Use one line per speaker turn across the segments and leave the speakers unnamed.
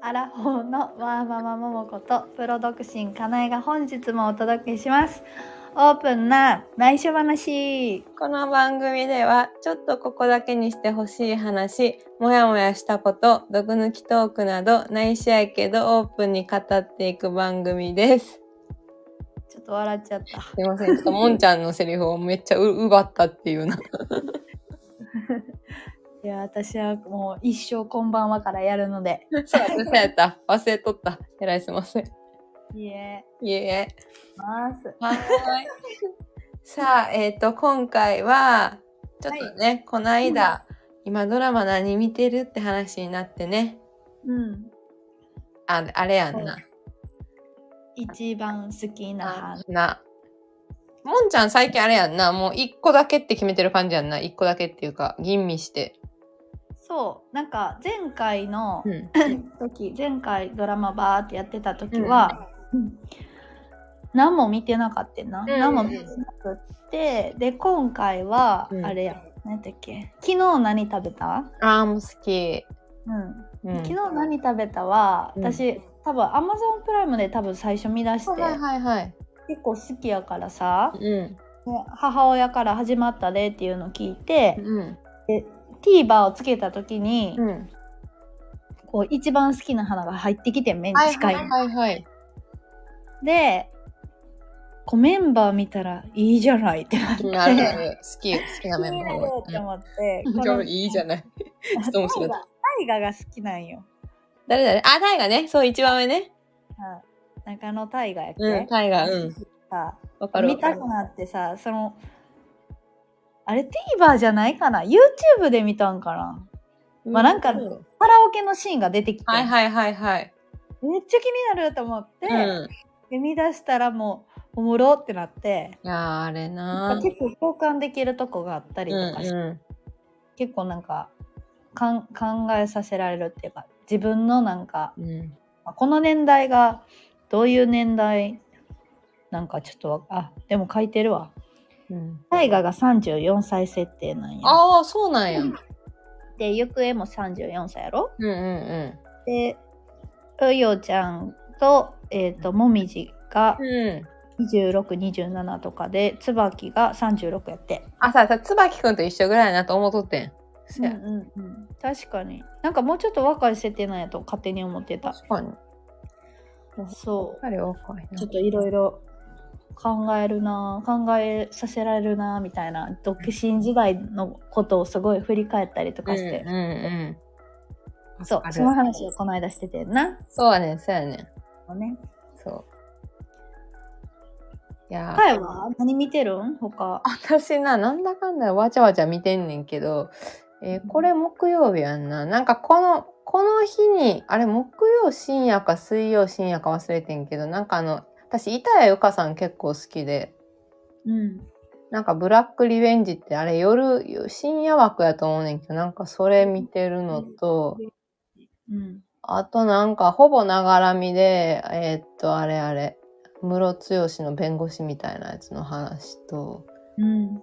アラフォーのワーママももことプロ独身かなえが本日もお届けしますオープンな内緒話
この番組ではちょっとここだけにしてほしい話もやもやしたこと毒抜きトークなど内緒やけどオープンに語っていく番組です
ちょっと笑っちゃった
すいませんちょっともんちゃんのセリフをめっちゃう奪ったっていうない
や私はもう一生こんばんはからやるので
そうやそうやった 忘れとったえらいすいません
いえ
いえいえ
ます
はーいさあえっ、と今回はちょっとね、この間、今ドラマ何見てるって話になってね
うん
ああれやんな、
一番好きな花
な。もんちゃん最近あれやんな、もう一個だけって決めてる感じやんな、一個だけっていうか、吟味して。
そうなんか前回の
うん。
時、前回ドラマバーってやってた時は、うん何も見てなかったな、
ん
何も見てなくってで今回は
うん
あれや、何だっけ昨日何食べた、
ああ、もう好き。
うん、
うん。
昨日何食べたは
うん
私、多分アマゾンプライムで多分最初見出して、
はいはいはい。
結構好きやからさ、
うん。
ね母親から始まったでっていうのを聞いて、
うん。
TVer をつけた時に、
うん。
こう一番好きな花が入ってきてん目に
はい
近、
はいいはいはい。
でこうメンバー見たらいいじゃないってなって
うん、あるある。好き、好きなメンバー
いいねって思って、
うん。
この
いいじゃない。っと面白
タイ
い
ガタイガが好きなんよ、
誰誰あ、大河ね。そう、一番上ね。
はい中野大河やっけ、
うん、大河。うん。
さ
わかるわ
見
か
た
る
く。なってさそのあれ TVer じゃないかな YouTube で見たんかなまあなんか
う
カラオケのシーンが出てきて、
はいはいはいはい。
めっちゃ気になると思って、
うん。
で見出したらもうおもろってなって
いやー、あれなー。
結構共感できるとこがあったりとかして、
うん
結構なんかかん考えさせられるっていうか自分のなんか
うん。うん。
まあこの年代がどういう年代なんかちょっとわあでも書いてるわ
うん、
大河が34歳設定なんや
ああ、そうなんや。うん
で行方も34歳やろ
うんうん。
でうよちゃんと,、えー、ともみじが
うん。
2627とかで椿が36やって、
あささ、椿くんと一緒ぐらいやなと思っとってん。そや
うんうん、確かになんかもうちょっと若い設定なんやと勝手に思ってた
確かに。
そう
彼若いな
ちょっといろいろ考えるなぁ考えさせられるなぁみたいな独身時代のことをすごい振り返ったりとかして
うん、うんうん。
そ
わか
う
る
その話をこの間しててんな、
そうやねん、そうやねん。
ね、
そう。いやー
かいは何見てるん他
私な、なんだかんだわちゃわちゃ見てんねんけど、えーこれ木曜日やんな。なんかこの、この日に、あれ木曜深夜か水曜深夜か忘れてんけど、なんかあの、私、板谷由香さん結構好きで、
うん
なんかブラックリベンジってあれ夜、深夜枠やと思うねんけど、なんかそれ見てるのと、
うん
あとなんかほぼながらみで、えーっと、あれあれ、ムロツヨシの弁護士みたいなやつの話と、
うん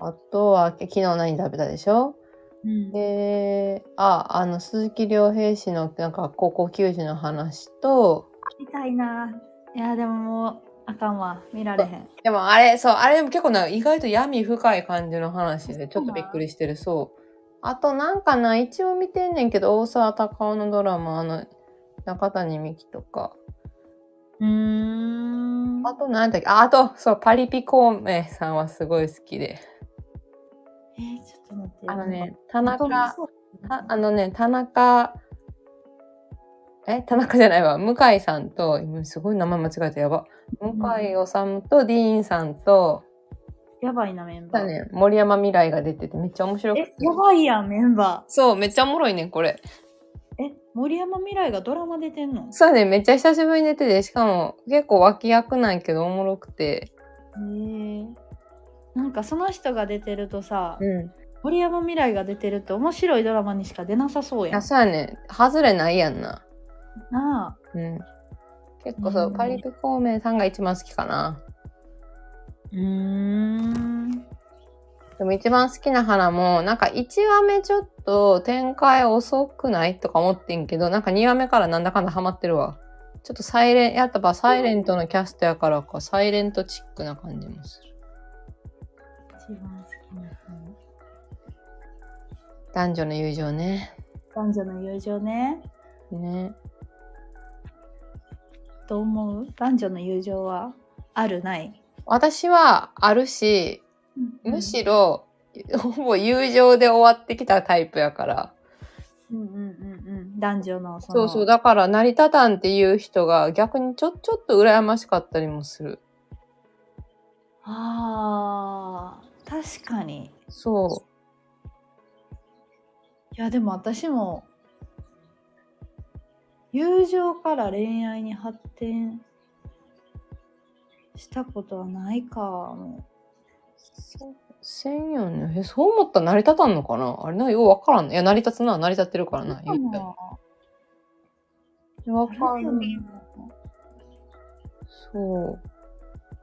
あとは昨日何食べたでしょ
うん
で、あ、あの鈴木亮平氏のなんか高校球児の話と、
見たいないやでももうあかんわ見られへん
でもあれ、そう、あれ結構な、意外と闇深い感じの話で、ちょっとびっくりしてる、そう。あとなんかな、一応見てんねんけど、大沢たかおのドラマ、あの、中谷美紀とか。
うーん
あと何だっけ、あ、あと、そう、パリピ孔明さんはすごい好きで。
えーちょっと待って
あのね、田中、
なんか
たあのね、田中、え、田中じゃないわ、向井さんと、今すごい名前間違えた、やば。向井治とディーンさんと、
やばいなメンバ
だ
ー、
ね、森山未来が出ててめっちゃ面白く
え
て。
やばいやんメンバー
そう、めっちゃおもろいねん、これ。
え森山未来がドラマ出てんの
そうね、めっちゃ久しぶりに出てて、しかも結構脇役なんやけどおもろくて。
へえなんかその人が出てるとさ、
うん。
森山未来が出てると面白いドラマにしか出なさそう
い
や
や、
ん
そうやね、外れないやんな。
なあ
うん。結構そう、
うん
パリピ孔明さんが一番好きかな。
うーん
でも一番好きな花も、なんか1話目ちょっと展開遅くないとか思ってんけど、なんか2話目からなんだかんだハマってるわ。ちょっとサイレン、やっぱサイレントのキャストやからか、サイレントチックな感じもする。
一番好きな花
男女の友情ね。
男女の友情ね
ね。
どう思う男女の友情はあるない
私はあるし、むしろ、ほぼ友情で終わってきたタイプやから。
うんうんうんうん男女のそ
そ
の
うそう。だから、成り立たんっていう人が逆にちょ、ちょっと羨ましかったりもする。
あー確かに
そ
いやでも私も友情から恋愛に発展したことはないかも
う。せんよね。え、そう思ったら成り立たんのかなあれな、ようわからん。いや、成り立つな、成り立ってるからな、
う。
言っても。いやわか
あるよ
んな
ね
い。そ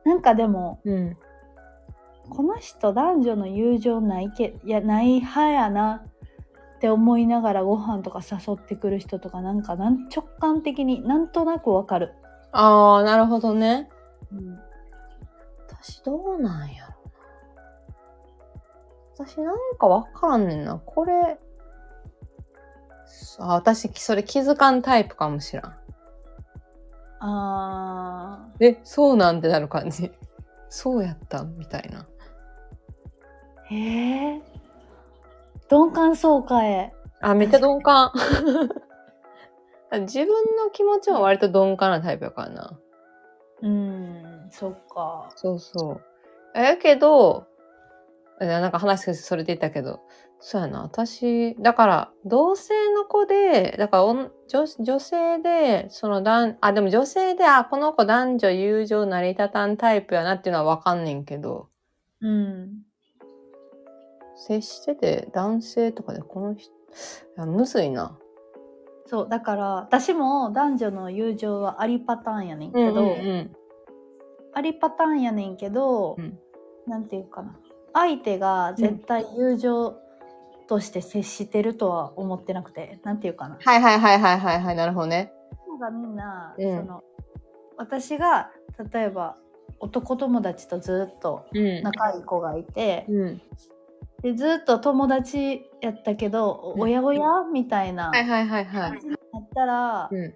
なんかでも
う。うん。
この人男女の友情ないけいやない派やなって思いながらご飯とか誘ってくる人とかなんかなん直感的になんとなくわかる。
あー、なるほどね。
うん
私どうなんやろな。私なんかわからんねんな。これ、あ、私、それ気づかんタイプかもしらん。
あ
え、そうなんてなる感じ。そうやったみたいな。
ーへえ鈍感そうかえ。
あ、めっちゃ鈍感。 自分の気持ちも割と鈍感なタイプやからな。
うん、そっか。
そうそう。あやけど、いやなんか話がそれていたけど、そうやな、私、だから、同性の子で、だからおん女、女性で、その男、あ、でも女性で、あ、この子男女友情成り立たんタイプやなっていうのはわかんねんけど、
うん。
接してて男性とかでこの人、いやむずいな。
そう、だから、私も男女の友情はありパターンやねんけど、
うん
ありパターンやねんけど、
うん
なんていうかな。相手が絶対友情として接してるとは思ってなくて、なんていうかな。
はいはいはいはいはいはい、なるほどね。
みんながみんな、
うん
その、私が、例えば、男友達とずっと
うん
仲いい子がいて、
うん。
でずっと友達やったけど、
うん
おやおやみたいな、
はいはいはいはい。
やったら、
うん。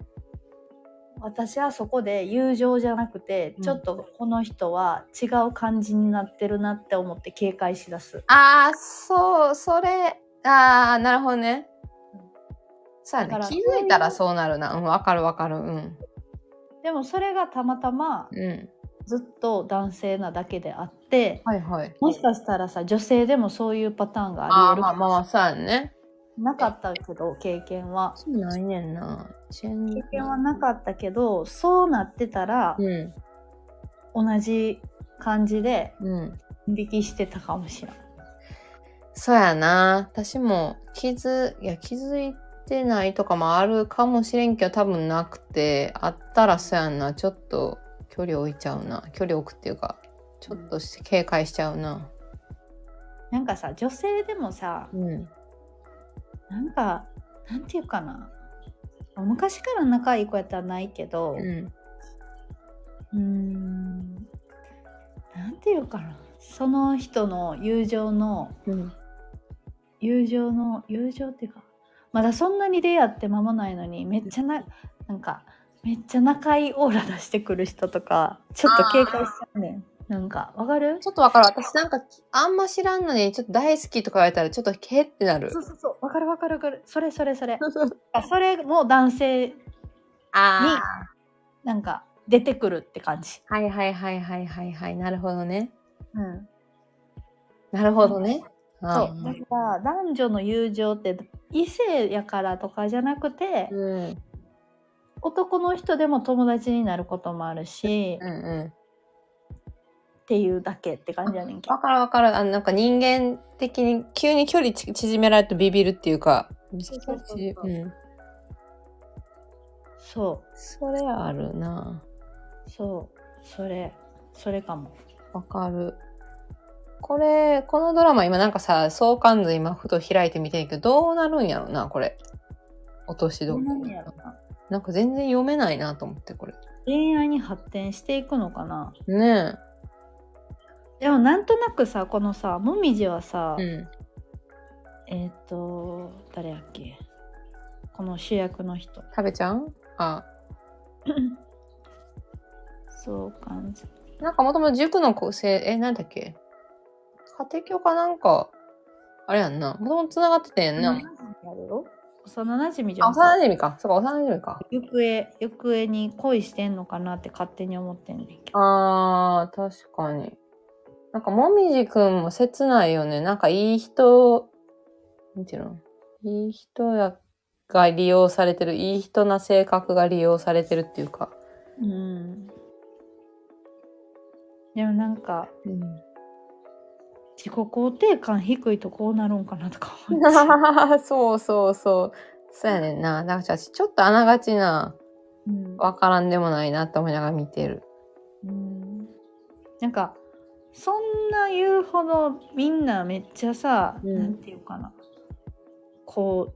私はそこで友情じゃなくて、
うん
ちょっとこの人は違う感じになってるなって思って警戒しだす。
ああ、そう、それ、ああ、なるほどね。そうや
だか
ね
ら。
気づいたらそうなるな。うん、わかるわかる。うん。
でもそれがたまたま
うん。
ずっと男性なだけであって
はいはい。
もしかしたらさ女性でもそういうパターンが
あ
あ
あ、
り
まあまあまあ、そうやね。
得るなかったけど経験は。
そうないねんな。チェン
経験はなかったけどそうなってたら
うん。
同じ感じで
うん。
引きしてたかもしれない。
そうやな。私も気づ、いや、気づいてないとかもあるかもしれんけど、多分なくて、あったらそうやんな。ちょっと距離置いちゃうな。距離置くっていうか、ちょっとして警戒しちゃうな。
なんかさ女性でもさ
うん。
なんかなんていうかな昔から仲いい子やったらないけどう
うん。
ーんなんていうかなその人の友情の
うん。
友情の友情っていうかまだそんなに出会って間もないのにめっちゃななんかめっちゃ仲いいオーラ出してくる人とかちょっと警戒しちゃうねんなんかわかる
ちょっとわかる。私なんか、あんま知らんのに、ちょっと大好きとか言われたら、ちょっとへってなる
そ。うそうそうわかるわかるわかるそれそれそれあそれも男性
あ
なんか出てくるって感じ
あ。はいはいはいはいはいはい。なるほどね。
うん
なるほどね。
そ
あ
うだから男女の友情って異性やからとかじゃなくて、
ーうん。
男の人でも友達になることもあるし、
う
っ
んう
ていうだけって感じやねんけ
ん。
ど
わかるわかる。あの、なんか人間的に、急に距離ち縮められるとビビるっていうか。
うそうそう
うん。
そ
それあるな。
うそうそれそれかも
わかる。これ、このドラマ今なんかさ、相関図今ふと開いてみてんけど、どうなるんやろな、これ。落としどころ
なんやろな
なんか全然読めないなと思って、これ。
恋愛に発展していくのかな
ね
でもなんとなくさこのさもみじはさ、
え。うん。
えっ、と誰やっけこの主役の人
食べちゃんあ、
そう感じ
なんかもともと塾の構成、え、なんだっけ家庭教かなんか、あれやんな。もともと繋がってたやんな。
幼馴染やろ幼なじみじゃ
あ、
んか
幼馴染か。そうか、幼馴染か。
行方行方に恋してんのかなって勝手に思ってんねんけど
あー、確かに。なんか、もみじくんも切ないよね。なんか、いい人、なんていうのいい人やが利用されてる、いい人な性格が利用されてるっていうか。
うんでもなんか
うん、
自己肯定感低いとこうなるんかなとか思っちゃ う、
そうそうそう。そうやねんな。なんか、私ちょっとあながちな、
うん
わからんでもないなって思いながら見てる。
うんなんかそんな言うほどみんなめっちゃさ、
うん
なんていうかなこ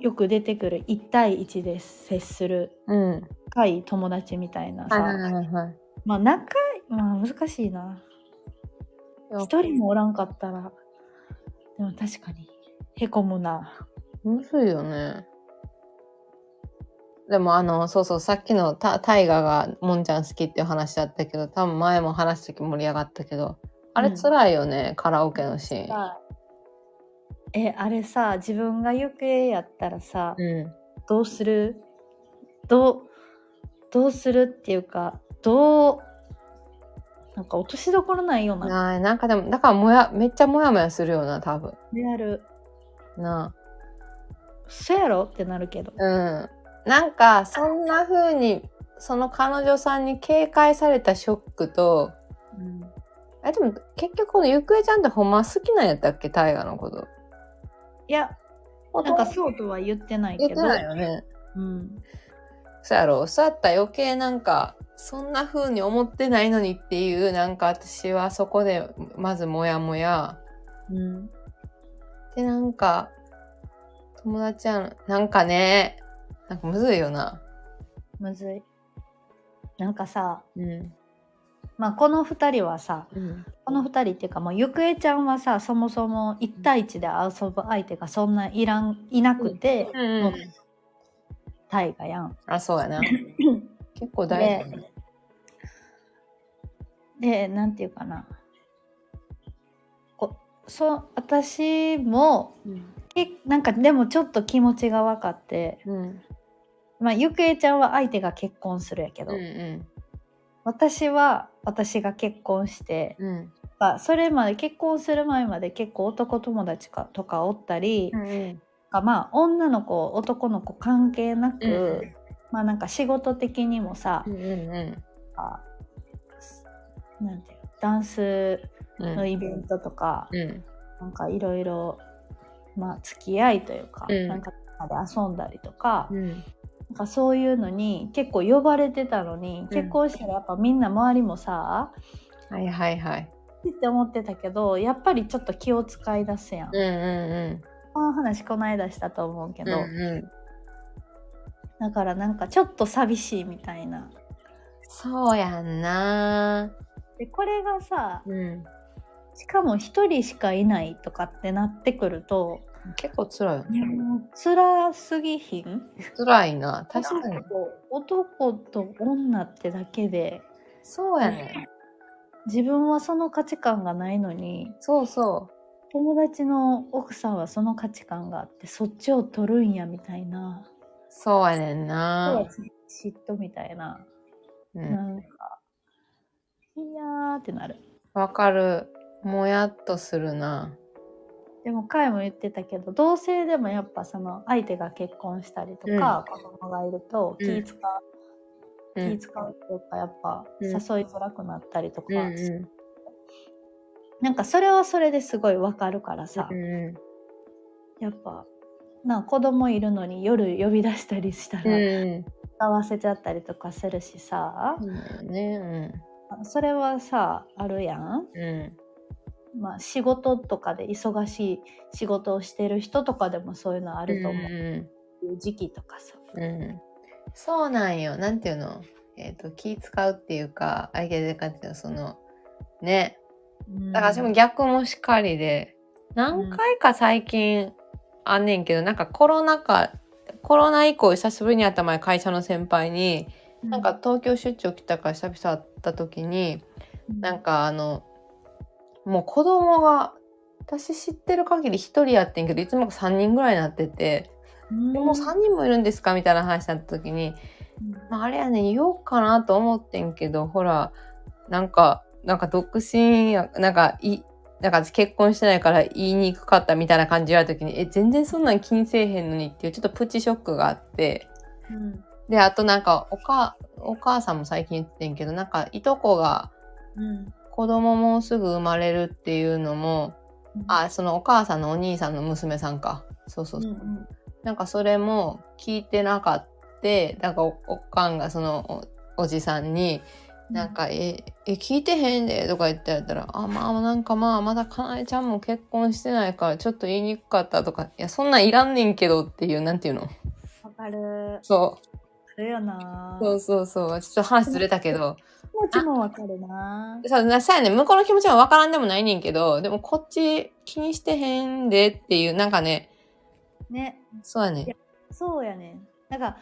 うよく出てくる1対1で接する
うん。
深い友達みたいなさ、
はいはいはいはい。
まあ仲いまあ難しいな一人もおらんかったらでも確かにへこむな
むずいよね。でもあの、そうそう、さっきのタタイガがもんちゃん好きっていう話だったけど、多分前も話した時盛り上がったけど、あれ
うん
辛いよね、カラオケのシーン。
えあれさ自分が行方やったらさ、
う。
どうするどうどうするっていうかどうなんか落としどころないようんな
なあなんかでも、だからもや、めっちゃもやもやするような、多分。
リアル
な
そやろってなるけど
あ。うん。なんか、そんな風に、その彼女さんに警戒されたショックと、
うん
え、でも結局このゆくえちゃんってほんま好きなんやったっけタイガのこと。
いやなんかそうとは言ってない
言
け
って
ど
ないよね。
うん
そうやろそうやったら余計なんかそんな風に思ってないのにっていうなんか私はそこでまずモヤモヤ
うん
でなんか友達やんなんかねなんかむずいよな
むずいなんかさ
うん
まあこの2人はさ
うん
この2人っていうかもうゆくえちゃんはさそもそも1対1で遊ぶ相手がそんないらんいなくて、
うん
もう大河やん。
あそうや な結構大事、ね、
でなんていうかなこそう私も
うん
けなんかでもちょっと気持ちが分かって、
うん
まあ、ゆくえちゃんは相手が結婚するやけど、
うんうん
私は私が結婚して、
うん
まあそれまで結婚する前まで結構男友達かとかおったり、
うん
かまあ女の子男の子関係なく、
うん
まあなんか仕事的にもさ、
うんうん
あなんていうのダンス
うん
のイベントとか、
うん
なんかいろいろまあ付き合いというか、
うん
なんかみんなで遊んだりとか,、
うん
なんかそういうのに結構呼ばれてたのに、結婚したらやっぱみんな周りもさ
はいはいはい
って思ってたけどやっぱりちょっと気を使い出すやん、
うんう
この話この間したと思うけ
んうんう
ど、
んうん
だからなんかちょっと寂しいみたいな
そうやんな
でこれがさ
うん
しかも一人しかいないとかってなってくると、
結構辛いよね
もう辛すぎひん
辛いな。確かに。
男と女ってだけで
そうやね。
自分はその価値観がないのに
そうそ
友達の奥さんはその価値観があってそっちを取るんやみたいな
う。そうやねんな。
嫉妬みたいな、
うん。
なんかいやーってなる
わかる。もやっとするな。
でもカイも言ってたけど同性でもやっぱその相手が結婚したりとか、子供がいると気使う、
う
気
ん。
使うっていうかやっぱ
うん
誘いづらくなったりとか、
うんう
なんかそれはそれですごいわかるからさ、
ん。うん
やっぱなあ子供いるのに夜呼び出したりした
うん。
ら合
う
わせちゃったりとかするしさ、
ん。そうだよね。
それはさあるやん、
うん。
まあ、仕事とかで忙しい仕事をしてる人とかでもそういうのあ
あ
ると思う、
う
時期とかさ
ん。うん。そうなんよ。なんていうのえっ、と、気使うっていうか、相手でかっていうのその、ね。だから私も逆もしっかりで、何回か最近あんねんけど、なんかコロナ禍、コロナ以降久しぶりに会った前会社の先輩に、
うん
なんか東京出張来たから久々会った時に、なんかあの、もう子供が、私知ってる限り1人やってんけど、いつも3人ぐらいになってて、
うん
でもう3人もいるんですかみたいな話になった時に、まあ、あれやねん言おうかなと思ってんけどほらなんかなんか独身やなんかいなんか私結婚してないから言いにくかったみたいな感じ言われた時にえ全然そんなん気にせえへんのにっていうちょっとプチショックがあって
うん
であとなんかおかお母さんも最近言ってんけどなんかいとこが
うん
子供もうすぐ生まれるっていうのもあそのお母さんのお兄さんの娘さんかそうそううんそううんなんかそれも聞いてなかってだからおおっかんがそのおおじさんに「なんか、ええ聞いてへんで」とか言ってやったら「あまあなんかまあまだかなえちゃんも結婚してないからちょっと言いにくかった」とか「いやそんなんいらんねんけど」っていうなんていうの
わかる
そ
あるよな
うそうそうそうちょっと話ずれたけど
気持ちもわかるな
さなさやね向こうの気持ちは分からんでもないねんけどでもこっち気にしてへんでっていうなんかね
ね
そうや
いや
ね
そうやねなんか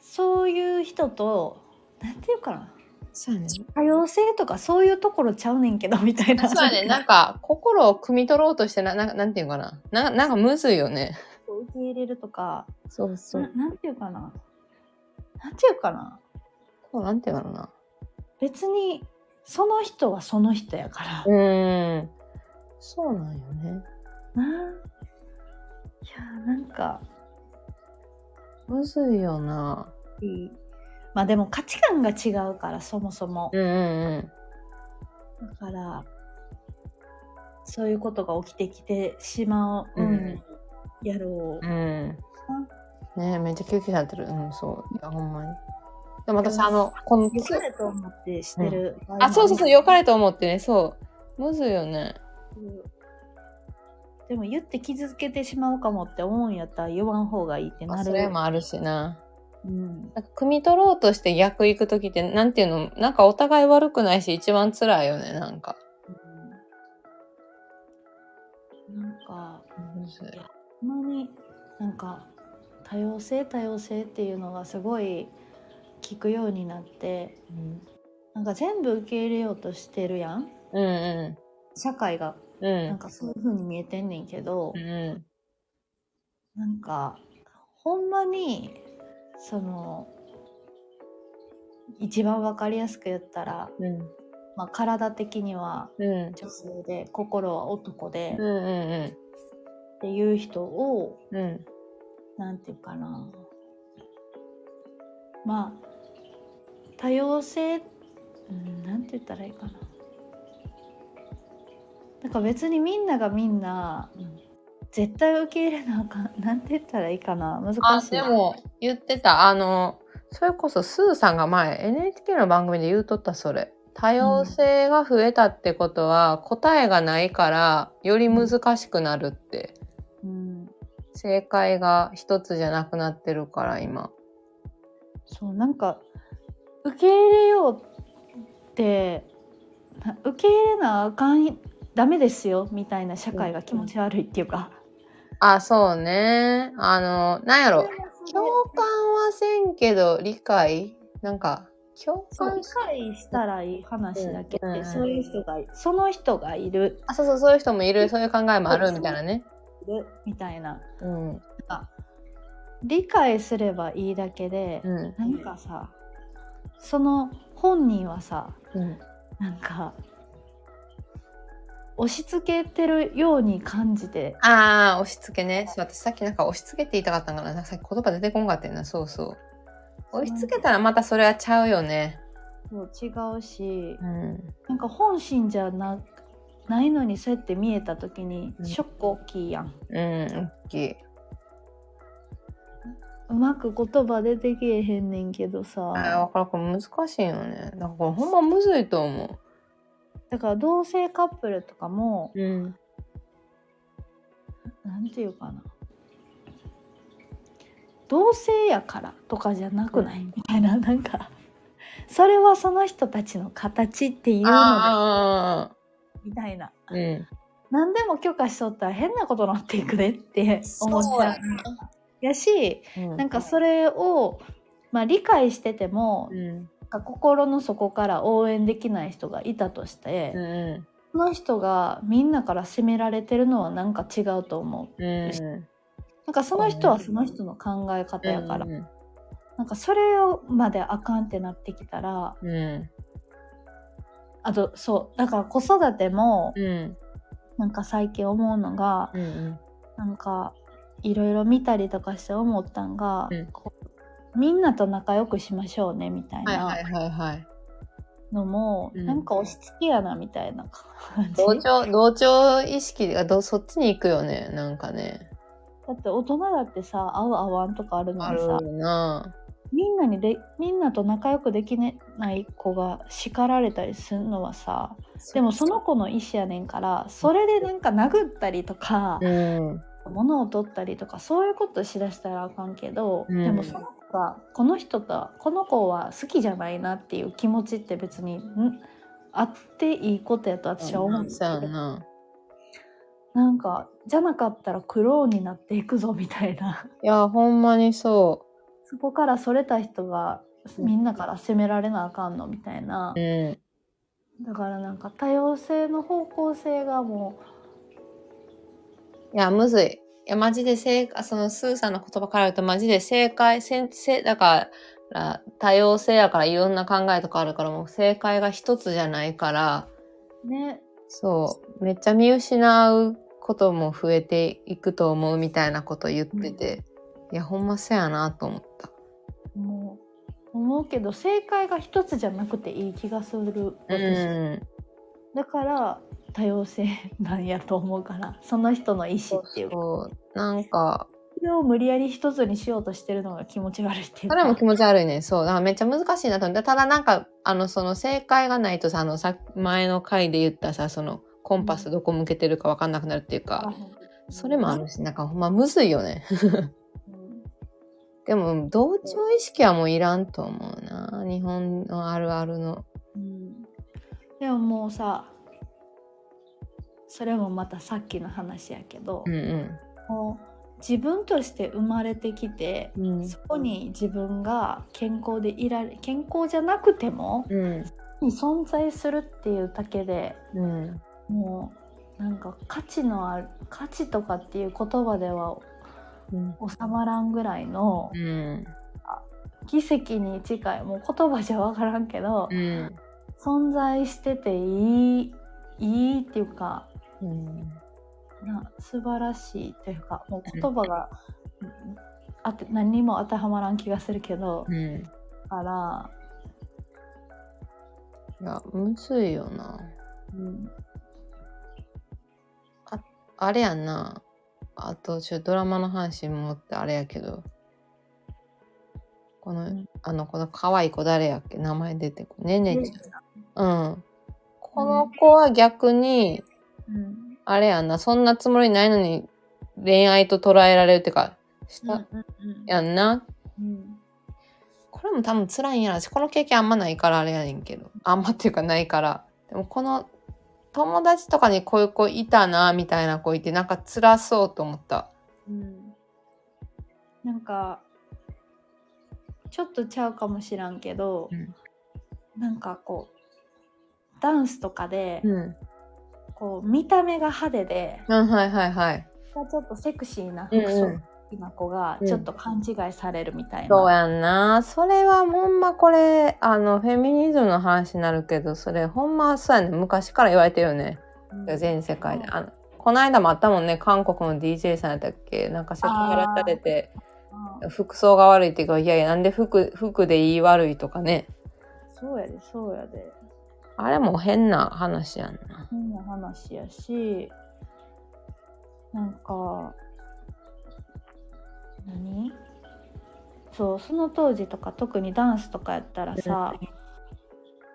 そういう人となんていうかな
そうやね
多様性とかそういうところちゃうねんけどみたいな
そうや ね。なんか、心を汲み取ろうとしてな、ななんていうのかな。な、なんかむずいよね。
受け入れるとか
そうそ
な。なんていうかななんていうかな
こうなんていうのかな。
別にその人はその人やから、
うーん。そうなんよね。
ないやーなんか
むずいよな。
いいまあでも価値観が違うからそもそも
うんうん
だからそういうことが起きてきてしまう、うん
うん
やろ
うん。うん。ねえめっちゃ救急車やってる。うん、そう。いや、ほんまに。でも私、あの、こ
う。
の
よかれと思ってしてる、
あ、そうそうそう、よか
れ
れと思ってね、そう。むずいよね。
でも言って傷つけてしまうかもって思うんやったら言わん方がいいって
ま
な
あ、
る
それもあるしな。
うん、
なんか、汲み取ろうとして逆行くときって、なんていうの、なんかお互い悪くないし、一番辛いよね、なんか。
うんなんか
むずい
ほんまになんか多様性多様性っていうのがすごい聞くようになって
うん
なんか全部受け入れようとしてるやん
うんう
社会が
ん。う
なん
ん。
かそういう風に見えてんねんけど、
うん。
なんかほんまにその一番わかりやすく言ったら、
うん。
まあ、体的には
うん。
女性で心は男で
うん。うん。
っていう人を
うん。うん。
なんていうかなまあ多様性、うん、なんて言ったらいいかななんか別にみんながみんな、絶対受け入れなあかんなんて言ったらいいかな難しい
あ、でも、言ってた。あの、それこそ、スーさんが前、NHK の番組で言うとった、それ。多様性が増えたってことは、答えがないから、より難しくなるって。
うん、
正解が一つじゃなくなってるから、今。
そうなんか受け入れようってな受け入れなあかんダメですよみたいな社会が気持ち悪いっていうか。
あ、そうね。あの、なんやろ。共感はせんけど、理解なんか、共
そう
感
理
し
解したらいい話だけで、
うんうん
そういう人がその人がいる
あ、そうそう、そういう人もいる、そういう考えもあるみたいなね。
いるみたいな
うん。うん。
理解すればいいだけで、
う
なんかさその本人はさ
ん。
なんか押し付けてるように感じて
ああ、押し付けね。そう私さっきなんか押し付けって言いたかったんかな。なんかさっき言葉出てこんかったよな。そうそう。押し付けたらまたそれはちゃうよね。
そう違うし
うん。
なんか本心じゃなないのにそうやって見えた時に
うん
ショック大きいやん。
うん、大きい。
うまく言葉出てけえへんねんけど
あ
さ
わかるこれ難しいよねだからこれほんまむずいと思
だから同性カップルとかも
ううん
なんていうかな同性やからとかじゃなくない、
うん
みたいななんかそれはその人たちの形っていうので
あ
みたいな
あうん
何でも許可しとったら変なことになっていくでって思っちゃうやし
うん
なんかそれを、まあ、理解してても
うん
なんか心の底から応援できない人がいたとして、
うん
その人がみんなから責められてるのはなんか違うと思う
うんうん
なんかその人はその人の考え方やから、
うん
なんかそれをまであかんってなってきたら
うん
あとそうだから子育ても
うん
なんか最近思うのが
うんうん
なんかいろいろ見たりとかして思ったんが、
うん
こうみんなと仲良くしましょうねみたい
はいはい
な
はいはい
のも、
うん
なんか押し付けやなみたいな感じ、
同
だ
調同調意識がどそっちに行くよねなんかね
って大人だってさ合う合わんとかあるの
あ
に
る
さ
な
みんなにでみんなと仲良くできない子が叱られたりするのはさでもその子の意思やねんからそれでなんか殴ったりとか
う、ん
物を取ったりとかそういうことしだしたらあかんけど、
うん
でもその子がこの人とこの子は好きじゃないなっていう気持ちって別にんあっていいことやと私は思うんです
そうや
けど
な
なんかじゃなかったら苦労になっていくぞみたいな
いやほんまにそう
そこからそれた人がみんなから責められなあかんのみたいな。
うん
だからなんか多様性の方向性がも
いや、むずい。いや、マジで正解、そのスーさんの言葉から言うと、マジで正解、せんせだから、多様性やからいろんな考えとかあるから、もう正解が一つじゃないから、
うね
そう、めっちゃ見失うことも増えていくと思うみたいなこと言ってて、いや、ほんまそうやなと思った。
もう思うけど正解が一つじゃなくていい気がする
う
私、
ん。
だから多様性なんやと思うからその人の意思っていうか
そう、なんか、
それを無理やり一つにしようとしてるのが気持ち悪いっていう
そ
か
れも気持ち悪いね。そう。だからめっちゃ難しいなと思って。ただなんか、あの、その正解がないとさ、あの、さ、前の回で言ったさ、その、コンパスどこ向けてるかわかんなくなるっていうか、それもあるし、なんかほんまむずいよね。
うん
でも、同調意識はもういらんと思うな。日本のあるあるの。
うんでももうさそれもまたさっきの話やけど、
うん
もう自分として生まれてきて
うん。うん
そこに自分が健康でいられ健康じゃなくても
うん。
存在するっていうだけで
うん。
もうなんか価値のある価値とかっていう言葉では
うん。
収まらんぐらいの
うん。
奇跡に近いもう言葉じゃ分からんけど
うん。
存在してていいいいっていうか
うん。
な素晴らしいというかもう言葉があって何にも当てはまらん気がするけど
うん。
だから
いや、むずいよな。
うん
あれやんな。あと、ちょ、ドラマの話もってあれやけど。この、
ん
あの、この可愛い子誰やっけ名前出てこねねちゃん。うん。この子は逆に、
うん
あれやんな。そんなつもりないのに、恋愛と捉えられるってか、した、やんな。
うん
これも多分辛いんやろし、この経験あんまないからあれやねんけど。あんまっていうかないから。でもこの、友達とかにこういう子いたな、みたいな子いて、なんか辛そうと思った。
うんなんかちょっとちゃうかもしらんけど、
うん
なんかこうダンスとかで、
うん。
こう見た目が派手で
うん、はいはいはい。
ちょっとセクシーな
う
服
んうん
装好きな子が
うん
ちょっと勘違いされるみたいな、
そうやんな。それはほんまこれ、あの、フェミニズムの話になるけど、それほんまそうやね。昔から言われてるよね。
うん
全世界
う
で。
ん
あのこの間もあったもんね、韓国の DJ さんやったっけなんかセクハラされて、服装が悪いっていうか、いやいや、なんで服、服でいい悪いとかね。
そうやでそうやで
あれも変な話やんな。
変な話やしなんか何そうその当時とか特にダンスとかやったらさ、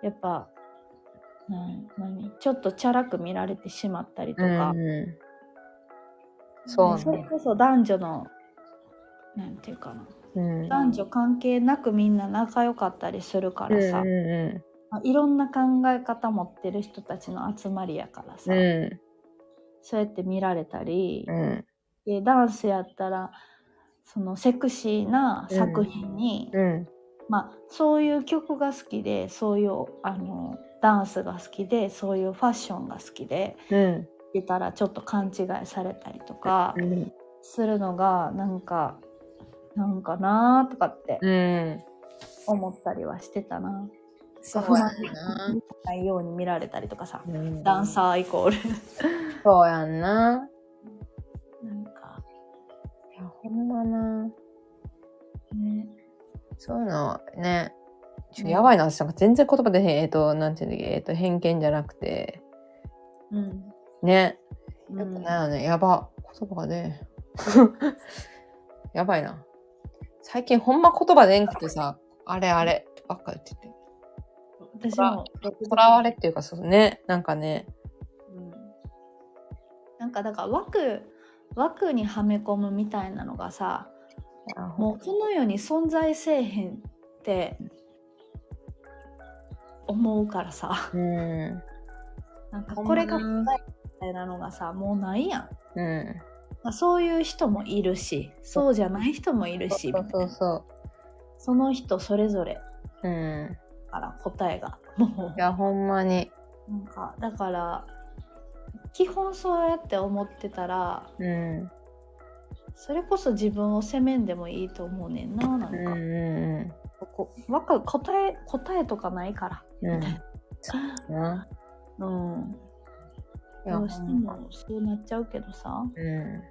やっぱなん何ちょっとチャラく見られてしまったりと
う
か、
んうんそう
それ
ね。
こそ男女のなんていうかな
うん
男女関係なくみんな仲良かったりするか
うん
らさ、
う
まあいろんな考え方持ってる人たちの集まりやから
ん
さ、
う
そうやって見られたり
ん、うん
でダンスやったらそのセクシーな作品に、
うん
まあ、そういう曲が好きでそういうあのダンスが好きでそういうファッションが好きで
うん
出たらちょっと勘違いされたりとか
うん
するのがなんかなんかなーとかって
うん
思ったりはしてたな。
そうやんな。
ないように見られたりとかさ
うん
ダンサーイコール
そうやんな。
なんか
いや、ほんまな。
ね
そういうのね。ち
う
ょ
ん
やばいな、私なんか全然言葉でへん、えっと、なんていうんだっけ、えっと、偏見じゃなくて、
うん
ね。
うん
やっぱなよね、やば。言葉がね。 やばいな。最近ほんま言葉でんくてさ、あれあればっか言ってて。
私も
とらわれっていうか、そうね、なんかね。
うんなんかだから枠枠にはめ込むみたいなのがさもうこの世に存在せえへんって思うからさ
うん。う
なんかこれが
ほん
み
ま
たいなのがさもうないやん
ん。
まあそういう人もいるしそうじゃない人もいるし
そうそうそ
その人それぞれ
う。うん。
から答えがも
いや、ほんまに。
うなんかだから基本そうやって思ってたら
うん。
それこそ自分を責めんでもいいと思うねんななん
う
か、
んう
こわか答え答えとかないから
んうん。うん。そうな。
うん
いや、
ど
ほ
うして
んま。
もそうなっちゃうけどさ
うん。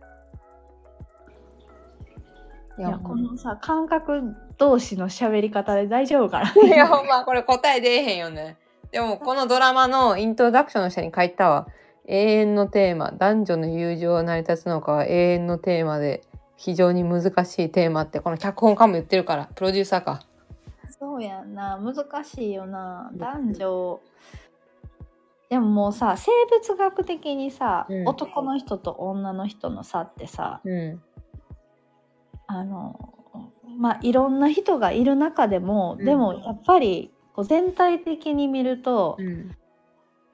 い
いや、
や
ほ
こ
んま
のさ感覚同士の喋り方で大丈夫かな
いや、ほんま、これ答え出えへんよね。でも、このドラマのイントロダクションの下に書いたわ。永遠のテーマ、男女の友情は成り立つのかは永遠のテーマで、非常に難しいテーマって、この脚本家も言ってるから、プロデューサーか。
そうやんな難しいよな男女でももうさ生物学的にさ、
うん
男の人と女の人の差ってさ
うん。
あのまあいろんな人がいる中でも、
うん
でもやっぱりこう全体的に見ると、
うん。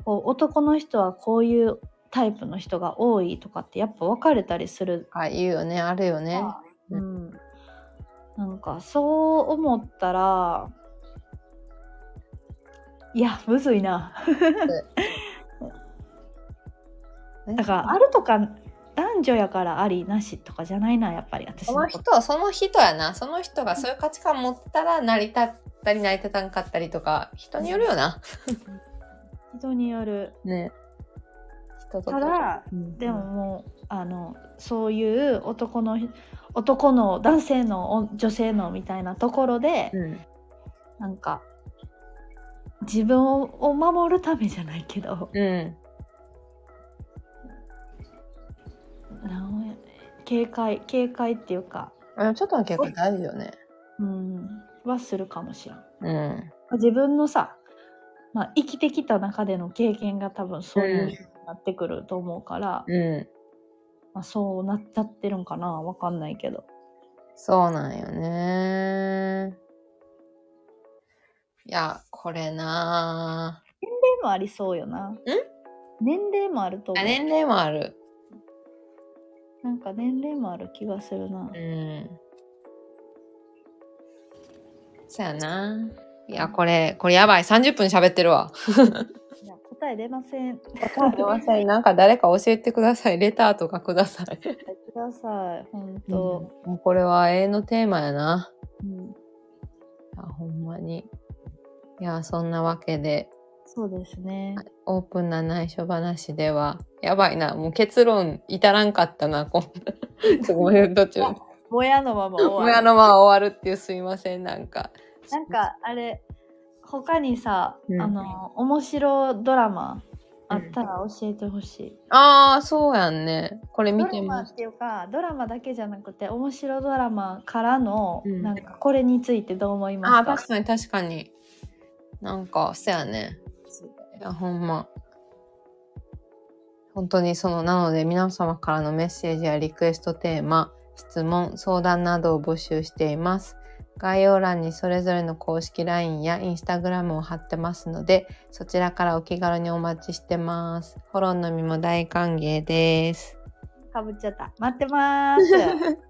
こう男の人はこういうタイプの人が多いとかってやっぱ分かれたりする、
あ、言うよね、あるよね。う
うん、なんかそう思ったらいやむずいなだからあるとか男女やからありなしとかじゃないなやっぱり私
その
の
人はその人やな。その人がそういう価値観持ってたら成り立ったり成り立たんかったりとか、人によるよな。
人による
ね。人と
ただでも、もうあのそういう男の男の男性の女性のみたいなところで、
うん。
なんか自分をを守るためじゃないけど
うん。
なんや警戒警戒っていうか、
あちょっとは結構大事よね。
うん、はするかもしれん。
うん。
自分のさ、まあ、生きてきた中での経験が多分そういう風になってくると思うから、
うん。
まあ、そうなっちゃってるんかなわかんないけど。
そうなんよね。いや、これなぁ
年齢もありそうよな。年齢もあると思
あ
う。
年齢もある。
なんか年齢もある気がするな
う。ん。そやなぁいや、これ、これやばい。30分喋ってるわ。
いや答え出ません。
すいません。なんか誰か教えてください。レターとかください。
ください。本
うん、
当。
もうこれは永遠のテーマやな。
うん、
いや、ほんまに。いや、そんなわけで。
そうですね。
オープンな内緒話では、やばいな、もう結論至らんかったな、こんな。ちょごめん、途中。
もやのまま終わる
親のまま終わるっていうすいません、なんか。
なん、かあれ他にさ、
うん
あの面白ドラマあったら教えてほしい。
ああ、そうやんね。これ見
ド
て
ラマ
ま
っ
す。
ていうかドラマだけじゃなくて面白ドラマからの、
うん
なんかこれについてどう思い
あ
ま
あ、
すか
確かに確かに。なんか、そうやね。いや、ほんま。本当にその、なので皆様からのメッセージやリクエストテーマ、質問、相談などを募集しています。概要欄にそれぞれの公式 LINE や Instagram を貼ってますので、そちらからお気軽にお待ちしてます。フォローのみも大歓迎です。
かぶっちゃった待ってます